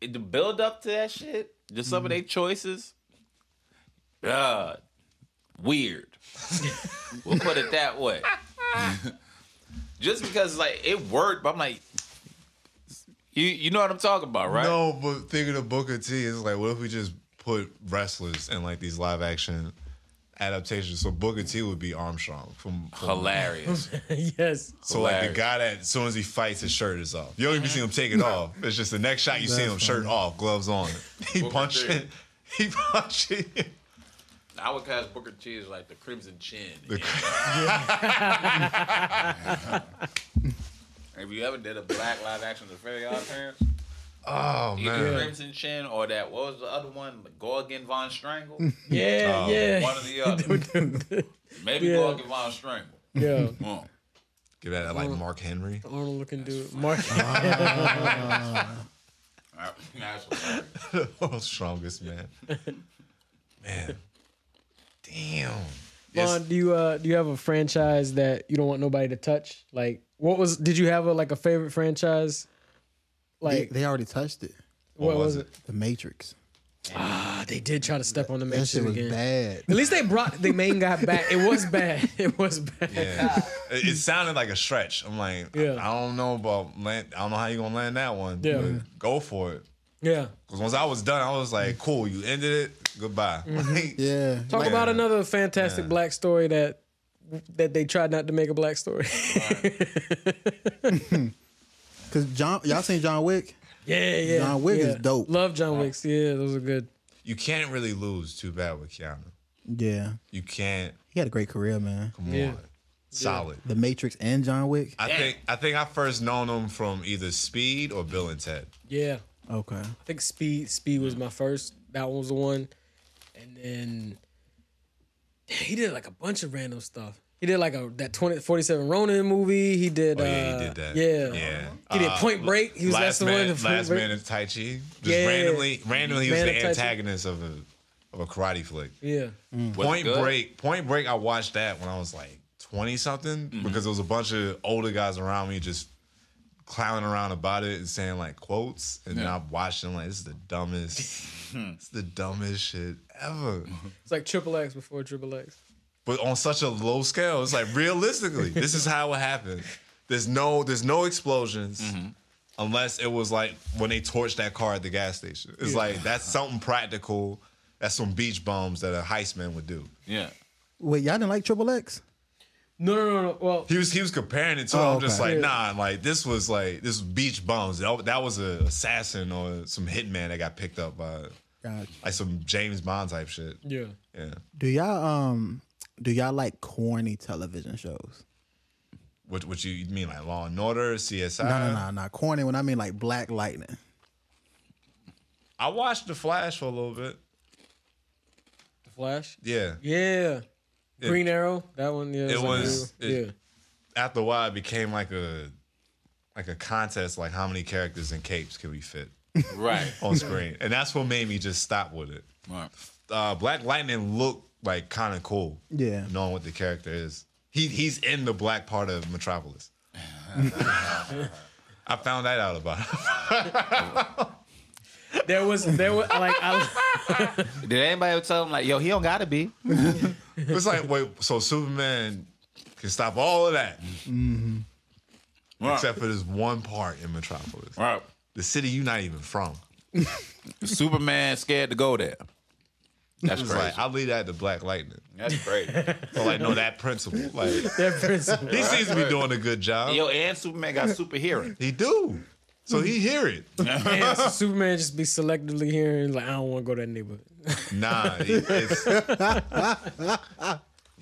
Speaker 5: It- the build up to that shit, just some of their choices, God, weird. we'll put it that way. just because like it worked, but I'm like, you you know what I'm talking about, right?
Speaker 1: No, but thinking of Booker T is like, what if we just put wrestlers in like these live action adaptations? So Booker T would be Armstrong from, from
Speaker 5: Hilarious.
Speaker 4: yes.
Speaker 1: so like the
Speaker 5: hilarious.
Speaker 1: guy that as soon as he fights his shirt is off. You don't even see him take it off. It's just the next shot you see him
Speaker 2: That's
Speaker 1: shirt off, gloves on. He
Speaker 5: Mm-hmm. Booker
Speaker 1: punching. (laughs)
Speaker 5: T.
Speaker 1: He punching.
Speaker 5: I would cast Booker T as like the Crimson Chin. (laughs) Have you ever did a black live action to fair y'all parents?
Speaker 1: Oh
Speaker 5: Either
Speaker 1: man.
Speaker 5: Crimson Chin or that what was the other one? Gorgon
Speaker 1: (laughs)
Speaker 5: Von Strangle? one
Speaker 4: Yeah.
Speaker 1: Oh.
Speaker 4: yeah.
Speaker 5: or the other. Maybe
Speaker 4: Yeah.
Speaker 5: Gorgon Von Strangle.
Speaker 4: yeah.
Speaker 5: Mm.
Speaker 1: Give that like Mark Henry.
Speaker 4: Arnold looking dude. Mark.
Speaker 5: Alright, that's
Speaker 1: (laughs)
Speaker 5: what-
Speaker 1: World's strongest
Speaker 4: (laughs)
Speaker 1: man. Man.
Speaker 4: (laughs)
Speaker 1: Damn.
Speaker 4: Vaughn, do you uh do you have a franchise that you don't want nobody to touch? Like, what was? Did you have a like a favorite franchise?
Speaker 2: They,
Speaker 4: Like,
Speaker 2: they already touched it.
Speaker 4: what, was it?
Speaker 2: The Matrix.
Speaker 4: Ah, they did try to step on the
Speaker 2: That
Speaker 4: Matrix
Speaker 2: shit was
Speaker 4: again.
Speaker 2: bad.
Speaker 4: At least they brought the main guy back. It was bad. (laughs) It was bad.
Speaker 1: Yeah. it it sounded like a stretch. I'm like, I-
Speaker 4: Yeah.
Speaker 1: I, don't know about land. I don't know how you're gonna land that one.
Speaker 4: Yeah.
Speaker 1: but go for it.
Speaker 4: Yeah.
Speaker 1: Because once I was done, I was like, cool, you ended it. Goodbye. (laughs)
Speaker 4: Mm-hmm.
Speaker 1: Like,
Speaker 2: Yeah.
Speaker 4: Talk
Speaker 2: Like,
Speaker 4: about another fantastic black story that that they tried not to make a black story. (laughs)
Speaker 2: Cause John, y'all seen John Wick?
Speaker 4: yeah, yeah.
Speaker 2: John Wick is
Speaker 4: yeah.
Speaker 2: dope.
Speaker 4: Love John Wicks. Yeah, those are good.
Speaker 1: You can't really lose too bad with Keanu.
Speaker 2: Yeah.
Speaker 1: You can't.
Speaker 2: He had a great career, man.
Speaker 1: Come
Speaker 4: Yeah.
Speaker 1: on. Solid.
Speaker 2: The Matrix and John Wick.
Speaker 1: I think I think I first known him from either Speed or Bill and Ted.
Speaker 4: Yeah.
Speaker 2: Okay.
Speaker 4: I think Speed Speed was my first. That one was the one, and then Damn, he did like a bunch of random stuff. He did like a that 20, 47 Ronin movie. He did.
Speaker 1: Oh yeah, he
Speaker 4: uh,
Speaker 1: did that.
Speaker 4: Yeah,
Speaker 1: yeah.
Speaker 4: He did
Speaker 1: Uh,
Speaker 4: Point Break. He was that's
Speaker 1: last
Speaker 4: the one.
Speaker 1: man,
Speaker 4: in Point
Speaker 1: last
Speaker 4: Break.
Speaker 1: man of Tai Chi. Just
Speaker 4: Yeah.
Speaker 1: randomly, randomly, he was
Speaker 4: Man of
Speaker 1: the
Speaker 4: Tai Chi.
Speaker 1: antagonist of a of a karate flick.
Speaker 4: Yeah,
Speaker 5: Was it
Speaker 1: Point
Speaker 5: good?
Speaker 1: Break. Point Break. I watched that when I was like twenty something
Speaker 5: Mm-hmm.
Speaker 1: because there was a bunch of older guys around me just clowning around about it and saying like quotes, and then I watched it. and I'm like, this is the
Speaker 5: (laughs)
Speaker 1: dumbest. it's the dumbest shit ever.
Speaker 4: it's like Triple X before Triple X.
Speaker 1: But on such a low scale, it's like realistically, this is how it happened. There's no, there's no explosions.
Speaker 2: Mm-hmm.
Speaker 1: Unless it was like when they torched that car at the gas station. It's like that's something practical. That's some beach bums that a heistman would do.
Speaker 5: Yeah.
Speaker 2: Wait, y'all didn't like Triple X?
Speaker 4: No, no, no, no. Well,
Speaker 1: He was he was comparing it to.
Speaker 2: Oh,
Speaker 1: I'm just
Speaker 2: okay.
Speaker 1: like,
Speaker 4: Yeah.
Speaker 1: nah. Like this was like this was beach bums. That, that was a assassin or some hitman that got picked up by
Speaker 2: God.
Speaker 1: like some James Bond type shit.
Speaker 4: yeah.
Speaker 1: Yeah.
Speaker 2: Do y'all um do y'all like corny television shows?
Speaker 1: What what you mean like Law and Order, CSI?
Speaker 2: No, no, no, no. Corny when I mean like Black Lightning.
Speaker 1: I watched The Flash for a little bit.
Speaker 4: The Flash.
Speaker 1: Yeah.
Speaker 4: Yeah, Green Arrow. That one. Yeah,
Speaker 1: it was-
Speaker 4: like, yeah.
Speaker 1: it- After a while, it became like a like a contest, like how many characters and capes can we fit?
Speaker 5: Right.
Speaker 1: on screen, and that's what made me just stop with it.
Speaker 5: right.
Speaker 1: Uh, Black Lightning looked like kind of cool.
Speaker 2: Yeah.
Speaker 1: knowing what the character is, he he's in the black part of
Speaker 5: (laughs)
Speaker 1: Metropolis. I found that out about him.
Speaker 4: There was there was like I,
Speaker 5: Did anybody ever tell him like, yo, he don't gotta be?
Speaker 1: It's like wait, so Superman can stop all of that
Speaker 5: Right.
Speaker 1: except for this one part in Metropolis,
Speaker 5: right.
Speaker 1: the city you're not even from.
Speaker 5: Superman scared to go there. That's
Speaker 1: It's
Speaker 5: crazy.
Speaker 1: like I'll leave that to Black Lightning.
Speaker 5: That's crazy.
Speaker 1: But like, no, that principle. Like he
Speaker 4: that principle.
Speaker 1: seems to be doing a good job.
Speaker 5: (laughs) yo, and Superman got super hearing.
Speaker 1: He do. So he hear
Speaker 2: (laughs)
Speaker 1: it.
Speaker 4: And Superman just be selectively hearing like I don't want to go to that neighborhood.
Speaker 1: Nah, he,
Speaker 2: (laughs)
Speaker 1: it's, he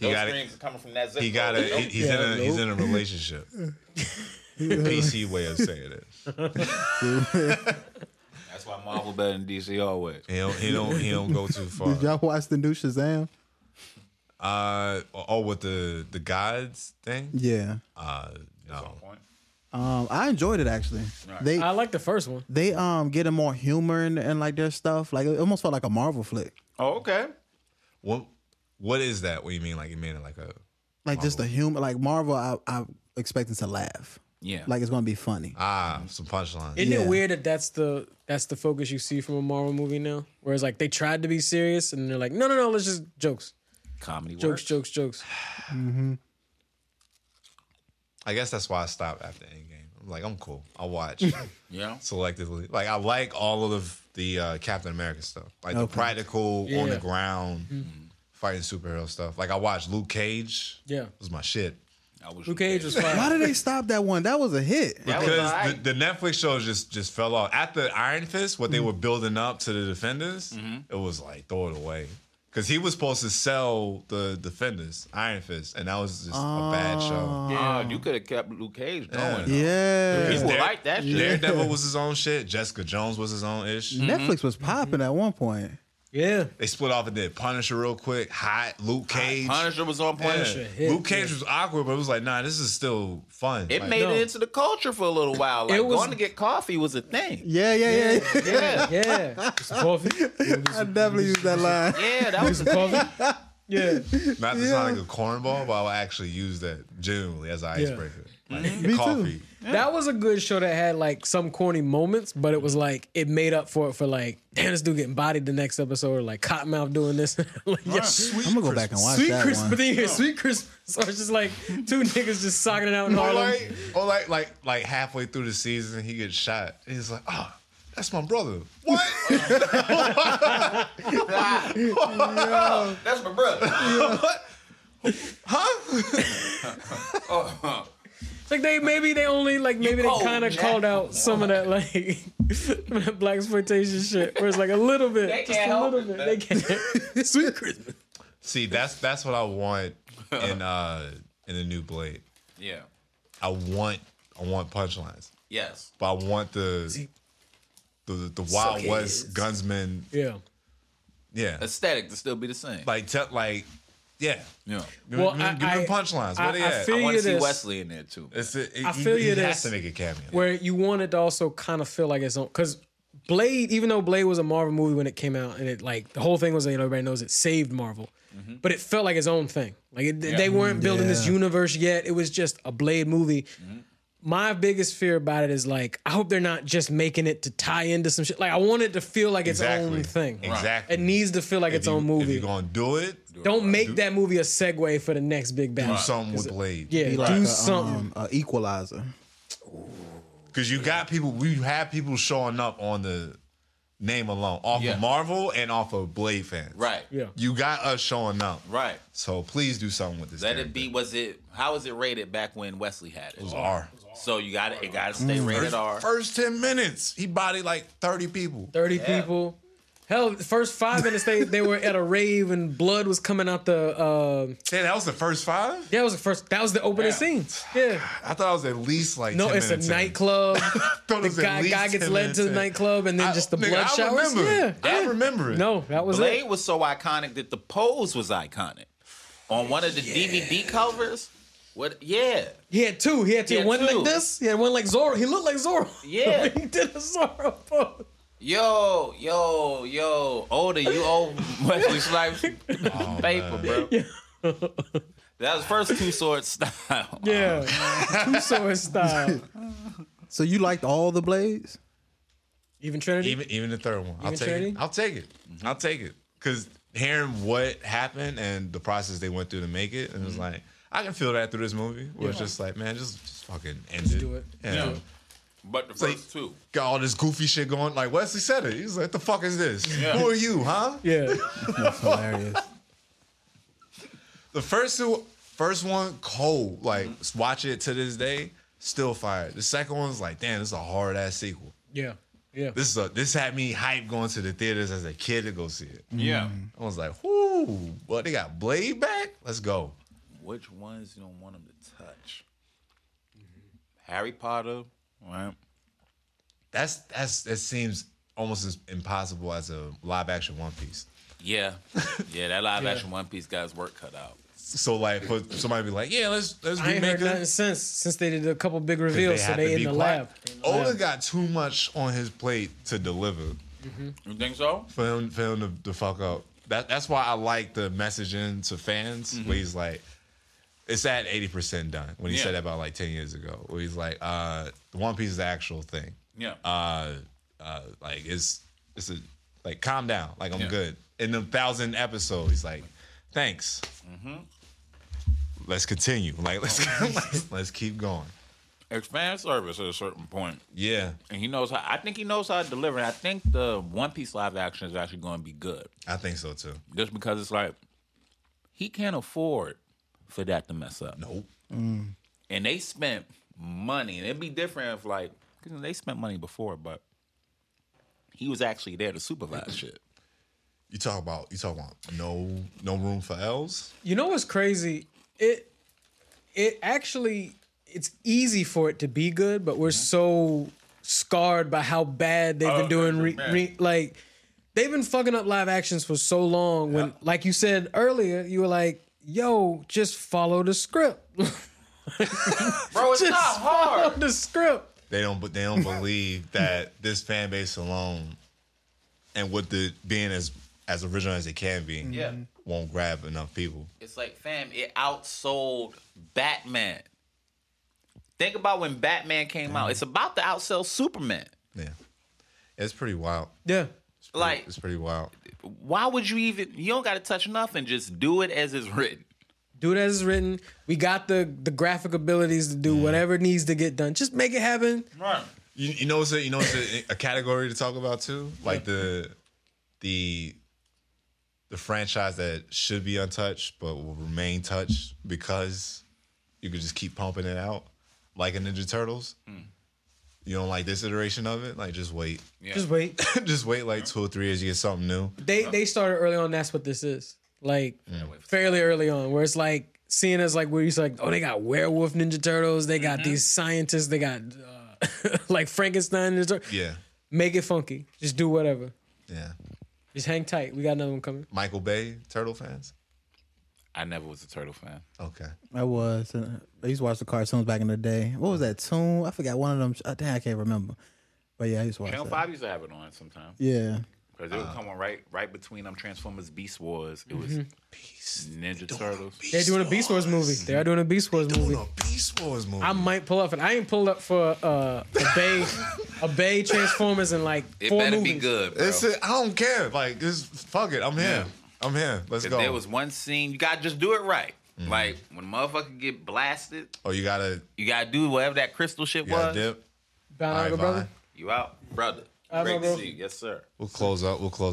Speaker 5: Those
Speaker 1: got it.
Speaker 5: screams are coming from that zip
Speaker 1: He got
Speaker 5: code.
Speaker 1: it. He, he's in a he's in a relationship.
Speaker 2: (laughs)
Speaker 1: PC way of saying it.
Speaker 5: That's why Marvel better than DC always.
Speaker 1: He don't he don't he don't go too
Speaker 2: Did
Speaker 1: far.
Speaker 2: y'all watch the new Shazam?
Speaker 1: Uh oh, with the the gods thing.
Speaker 2: Yeah.
Speaker 1: Uh no.
Speaker 5: Point.
Speaker 2: Um, I enjoyed it actually. They
Speaker 4: I like the first one.
Speaker 2: they um get a more humor and, and like their stuff. Like it almost felt like a Marvel flick.
Speaker 5: Oh, okay.
Speaker 1: What what is that? What you mean? Like you mean it like a?
Speaker 2: Like just the humor. Like Marvel, I I expecting to laugh.
Speaker 5: Yeah.
Speaker 2: Like it's gonna be funny.
Speaker 1: Ah, some punchlines.
Speaker 4: Isn't
Speaker 2: Yeah.
Speaker 4: it weird that that's the that's the focus you see from a Marvel movie now? Whereas like they tried to be serious and they're like, no, no, no, let's just jokes,
Speaker 5: Comedy
Speaker 4: jokes,
Speaker 5: works.
Speaker 4: jokes, jokes.
Speaker 1: I guess that's why I stopped after Endgame. I'm like, I'm cool. I'll
Speaker 2: (laughs)
Speaker 1: watch
Speaker 5: Yeah.
Speaker 1: selectively. Like I like all of the uh, Captain America stuff, like the
Speaker 2: Okay.
Speaker 1: practical on the
Speaker 4: Yeah. Mm-hmm.
Speaker 1: ground fighting superhero stuff. Like I watched Luke Cage.
Speaker 4: Yeah.
Speaker 1: it was my shit.
Speaker 5: I wish
Speaker 4: Luke Cage was
Speaker 2: Why
Speaker 4: fine.
Speaker 2: did they stop that one? That was a hit.
Speaker 5: That was
Speaker 1: Because
Speaker 5: alright.
Speaker 1: the, the Netflix shows just just fell off after Iron Fist.
Speaker 4: Mm-hmm.
Speaker 1: What they were building up to the Defenders,
Speaker 5: Mm-hmm.
Speaker 1: it was like throw it away. Because he was supposed to sell the Defenders, Iron Fist, and that was just a bad
Speaker 4: Ah.
Speaker 1: show.
Speaker 5: Oh, you could have kept Luke Cage going. though.
Speaker 2: Yeah.
Speaker 5: People
Speaker 1: Dare-
Speaker 5: like that shit.
Speaker 1: Daredevil was his own shit. Jessica Jones was his own ish.
Speaker 4: Mm.
Speaker 2: Netflix was popping at one point.
Speaker 4: Yeah,
Speaker 1: They split off and did Punisher real quick. Hot Luke Cage.
Speaker 5: Punisher was on
Speaker 1: Yeah.
Speaker 5: point.
Speaker 4: hit,
Speaker 1: Luke Cage was awkward, but it was like, nah, this is still fun.
Speaker 5: It
Speaker 1: Like,
Speaker 5: made
Speaker 4: no.
Speaker 5: it into the culture for a little while. Like
Speaker 4: It was-
Speaker 5: going to get coffee was a thing.
Speaker 2: Yeah, yeah, yeah. yeah.
Speaker 5: Yeah.
Speaker 4: yeah. Mr. Puffy,
Speaker 2: I (laughs) definitely used that line.
Speaker 5: Yeah, that was a thing.
Speaker 4: Puffy. Yeah,
Speaker 1: not to sound like a cornball, but I would actually use that generally as an icebreaker. Like,
Speaker 4: Mm-hmm.
Speaker 2: Me
Speaker 1: coffee.
Speaker 2: too.
Speaker 4: that was a good show that had like some corny moments, but it was like it made up for it for like damn this dude getting bodied the next episode, or like Cottonmouth doing this. (laughs) like, yeah.
Speaker 1: Sweet
Speaker 2: I'm gonna go back and watch
Speaker 4: Sweet
Speaker 2: that
Speaker 4: Christmas,
Speaker 2: one.
Speaker 4: but then you hear Sweet Christmas. (laughs) So it's just like two niggas just socking it out in
Speaker 1: Or
Speaker 4: Harlem.
Speaker 1: like, or like, like, like halfway through the season, he gets shot. And he's like, oh, that's my brother.
Speaker 4: (laughs)
Speaker 1: What?
Speaker 5: That's my brother.
Speaker 1: (laughs)
Speaker 5: Oh,
Speaker 4: Like they maybe they only like maybe they
Speaker 5: cold,
Speaker 4: kind of
Speaker 5: Jack.
Speaker 4: called out some of
Speaker 5: Oh.
Speaker 4: that like (laughs) black exploitation shit, where it's like a little bit,
Speaker 5: They
Speaker 4: just
Speaker 5: can't
Speaker 4: a
Speaker 5: help
Speaker 4: little
Speaker 5: it,
Speaker 4: bit.
Speaker 2: (laughs)
Speaker 4: They can't. (laughs) Sweet Christmas.
Speaker 1: See, that's that's what I want in uh in the new Blade.
Speaker 5: Yeah.
Speaker 1: I want I want punchlines,
Speaker 5: Yes.
Speaker 1: but I want the the the Wild West gunsman.
Speaker 4: Yeah.
Speaker 1: Yeah,
Speaker 5: Aesthetic to still be the same.
Speaker 1: like te- like yeah.
Speaker 5: yeah.
Speaker 1: Give,
Speaker 4: Well,
Speaker 1: me,
Speaker 4: I-
Speaker 1: give me
Speaker 4: I-
Speaker 1: the punchlines. Where
Speaker 4: I-
Speaker 1: they
Speaker 4: I
Speaker 1: at?
Speaker 4: feel
Speaker 5: I want
Speaker 4: you
Speaker 5: to see
Speaker 4: this-
Speaker 5: Wesley in there too.
Speaker 1: It's a, it,
Speaker 4: I feel
Speaker 1: he,
Speaker 4: you
Speaker 1: He
Speaker 4: this-
Speaker 1: has to make a cameo.
Speaker 4: Where you want it to also kind of feel like its own, because Blade, even though Blade was a Marvel movie when it came out, and it like the whole thing was, you know, everybody knows it saved Marvel,
Speaker 1: Mm-hmm.
Speaker 4: but it felt like its own thing. Like it, they weren't building this
Speaker 2: Yeah.
Speaker 4: universe yet; it was just a Blade movie.
Speaker 1: Mm-hmm.
Speaker 4: My biggest fear about it is like I hope they're not just making it to tie into some shit. Like I want it to feel like its
Speaker 1: exactly.
Speaker 4: own thing.
Speaker 1: Exactly.
Speaker 4: It needs to feel like
Speaker 1: If
Speaker 4: its
Speaker 1: you-
Speaker 4: own
Speaker 1: If
Speaker 4: movie.
Speaker 1: you're gonna do it, do
Speaker 4: Don't make that movie a segue for the next big battle.
Speaker 1: something with Blade.
Speaker 4: Yeah,
Speaker 2: Be
Speaker 4: do
Speaker 2: like a,
Speaker 4: something.
Speaker 2: um, a equalizer.
Speaker 1: Because you got people, we have people showing up on the name alone, off
Speaker 5: Yeah.
Speaker 1: of Marvel and off of Blade fans.
Speaker 5: Right.
Speaker 4: yeah.
Speaker 1: You got us showing up.
Speaker 5: Right.
Speaker 1: So please do something with this.
Speaker 5: Let
Speaker 1: character.
Speaker 5: it be. Was it? How was it rated back when Wesley had it?
Speaker 1: It was R.
Speaker 5: So you got to It got to stay rated R.
Speaker 1: First 10 minutes, he bodied like 30 people.
Speaker 4: 30
Speaker 5: Yeah.
Speaker 4: people. Hell, the first five minutes they, they were at a rave and blood was coming out the. Uh,
Speaker 1: Yeah, that was the first five?
Speaker 4: that was the first. That was the opening
Speaker 5: Yeah.
Speaker 4: scene. Yeah.
Speaker 1: I thought it was at least like
Speaker 4: No,
Speaker 1: 10
Speaker 4: it's a
Speaker 1: minutes in. (laughs)
Speaker 4: nightclub.
Speaker 1: thought it
Speaker 4: the
Speaker 1: was at
Speaker 4: guy,
Speaker 1: least
Speaker 4: guy gets
Speaker 1: 10
Speaker 4: led
Speaker 1: minutes
Speaker 4: to the
Speaker 1: in.
Speaker 4: nightclub and then
Speaker 1: I-
Speaker 4: just the
Speaker 1: nigga,
Speaker 4: blood
Speaker 1: I
Speaker 4: showers.
Speaker 1: remember
Speaker 4: Yeah.
Speaker 1: it. I
Speaker 4: yeah.
Speaker 1: remember it.
Speaker 4: No, that was
Speaker 5: Blade
Speaker 4: it.
Speaker 5: was so iconic that the pose was iconic. On one of the DVD covers, what? Yeah,
Speaker 4: He had two. He had two.
Speaker 5: He had
Speaker 4: one
Speaker 5: two.
Speaker 4: like this. (laughs) He had one like Zorro. He looked like Zorro.
Speaker 5: Yeah.
Speaker 4: he did a Zorro pose.
Speaker 5: Yo, yo, yo, older, you owe Wesley Snipes
Speaker 4: Oh,
Speaker 5: (laughs) paper, bro. That was first two sword style.
Speaker 4: (laughs) Yeah, two sword style.
Speaker 2: So you liked all the Blades?
Speaker 4: Even Trinity.
Speaker 1: Even even the third one. I'll
Speaker 4: Even
Speaker 1: take
Speaker 4: Trinity? Mm-hmm.
Speaker 1: it. I'll take it. I'll take it. Cause hearing what happened and the process they went through to make it, and it
Speaker 4: Mm-hmm.
Speaker 1: was like I can feel that through this movie. Where it's just like, man, just, just fucking end it.
Speaker 4: do it.
Speaker 1: Yeah.
Speaker 5: Yeah. (laughs) But the first two.
Speaker 1: Got all this goofy shit going. Like Wesley said it. He's like, the fuck is this? Who are you, huh?
Speaker 4: yeah,
Speaker 2: That's hilarious.
Speaker 1: The first two, first one cold. Like
Speaker 4: Mm-hmm.
Speaker 1: watch it to this day, still fire. The second one's like, damn, this is a hard ass sequel.
Speaker 4: yeah, yeah.
Speaker 1: This is a, this had me hype going to the theaters as a kid to go see it.
Speaker 4: Mm-hmm.
Speaker 5: Yeah.
Speaker 1: I was like, whoo, what they got Blade back? Let's go.
Speaker 5: Which ones you don't want them to touch? Harry Potter, right?
Speaker 1: That's that's that seems almost as impossible as a live action One Piece.
Speaker 4: (laughs)
Speaker 5: Yeah. Yeah, that live action One Piece guy's work cut out.
Speaker 1: So like, for somebody to be like, yeah, let's let's
Speaker 4: I ain't
Speaker 1: remake
Speaker 4: heard nothing
Speaker 1: it.
Speaker 4: since since they did a couple big reveals. so
Speaker 1: had to
Speaker 4: they in
Speaker 1: be Oh,
Speaker 4: the
Speaker 1: quiet.
Speaker 4: lab. In the
Speaker 1: Oda
Speaker 4: lab.
Speaker 1: got too much on his plate to deliver
Speaker 5: You think so?
Speaker 1: for him for him to, to fuck up. That that's why I like the messaging to fans
Speaker 4: Mm-hmm.
Speaker 1: where he's like, it's at eighty percent done. When he
Speaker 5: Yeah.
Speaker 1: said that about like ten years ago, where he's like, uh, One Piece is the actual thing.
Speaker 5: Yeah.
Speaker 1: uh, uh, like it's it's a like calm down, like I'm
Speaker 5: Yeah.
Speaker 1: good. In the thousand episode, he's like, thanks. Let's continue. Like let's (laughs)
Speaker 5: Oh.
Speaker 1: let's, let's keep going.
Speaker 5: Expand service at a certain point.
Speaker 1: Yeah,
Speaker 5: And he knows how I think he knows how to deliver. And I think the One Piece live action is actually gonna be good.
Speaker 1: I think so too.
Speaker 5: Just because it's like he can't afford for that to mess up.
Speaker 1: Nope.
Speaker 5: and they spent money, and it'd be different if like 'cause they spent money before, but he was actually there to supervise shit.
Speaker 1: You talk about you talk about no no room for L's.
Speaker 4: You know what's crazy? It it actually it's easy for it to be good, but we're so scarred by how bad Mm-hmm. they've
Speaker 5: Oh,
Speaker 4: been doing. Re,
Speaker 5: they're bad.
Speaker 4: re, like they've been fucking up live actions for so long. When like you said earlier, you were like, "Yo, just follow the script." (laughs)
Speaker 5: (laughs) Bro, it's
Speaker 4: Just
Speaker 5: not
Speaker 4: follow
Speaker 5: hard.
Speaker 4: the script.
Speaker 1: They don't but they
Speaker 5: (laughs)
Speaker 1: don't believe that this fan base alone and with the being as as original as it can be,
Speaker 5: Yeah.
Speaker 1: won't grab enough people.
Speaker 5: (laughs) It's like, fam, it outsold Batman. Think about when Batman came out. It's about to outsell Superman.
Speaker 1: Yeah, it's pretty wild.
Speaker 4: Yeah.
Speaker 5: Like,
Speaker 1: It's pretty wild.
Speaker 5: why would you even? You don't got to touch nothing. Just do it as it's written.
Speaker 4: Do it as it's written. We got the the graphic abilities to do whatever needs to get done. Just make it happen.
Speaker 5: Right.
Speaker 1: You, you know, it's a, you know, it's a, a category to talk about too. Like the the the franchise that should be untouched but will remain touched because you could just keep pumping it out, like a Ninja Turtles.
Speaker 5: Mm.
Speaker 1: You don't like this iteration of it, like just wait,
Speaker 4: Just wait.
Speaker 1: (laughs) just wait like two or three years, you get something new.
Speaker 4: they they started early on. That's what this is like fairly early on, where it's like seeing us like where he's like, oh, they got werewolf Ninja Turtles, they got these scientists, they got uh, (laughs) like Frankenstein. Ninja Tur-
Speaker 1: Yeah,
Speaker 4: Make it funky. Just do whatever.
Speaker 1: yeah.
Speaker 4: Just hang tight. We got another one coming.
Speaker 1: Michael Bay Turtle fans.
Speaker 5: I never was a turtle fan.
Speaker 1: Okay,
Speaker 2: I was. uh, I used to watch the cartoons back in the day. What was that tune? I forgot one of them. I think I can't remember. But yeah, I used to watch
Speaker 5: Channel
Speaker 2: that.
Speaker 5: Five used to have it on sometimes.
Speaker 2: Yeah.
Speaker 5: Because it would come on right right between them Transformers Beast Wars. It was Ninja Turtles.
Speaker 4: They're doing a Beast Wars movie. They are doing a Beast Wars
Speaker 1: doing
Speaker 4: movie.
Speaker 1: a Beast Wars movie.
Speaker 4: I might pull up, and I ain't pulled up for uh, a Bay, a Bay Transformers in like
Speaker 5: It
Speaker 4: four
Speaker 5: better
Speaker 4: movies.
Speaker 5: be good, bro.
Speaker 1: it's a, I don't care. Like just fuck it. I'm here. I'm here. Let's
Speaker 5: if
Speaker 1: go.
Speaker 5: there was one scene, you gotta just do it right. Like when a motherfucker get blasted,
Speaker 1: oh, you gotta
Speaker 5: you gotta do whatever that crystal shit
Speaker 1: you gotta
Speaker 5: was.
Speaker 1: dip.
Speaker 4: Bound
Speaker 1: All right,
Speaker 4: Uncle brother.
Speaker 1: Vine.
Speaker 5: You out, brother.
Speaker 4: All right,
Speaker 5: Great
Speaker 4: bro.
Speaker 5: to see you. Yes, sir.
Speaker 1: We'll close up. We'll close.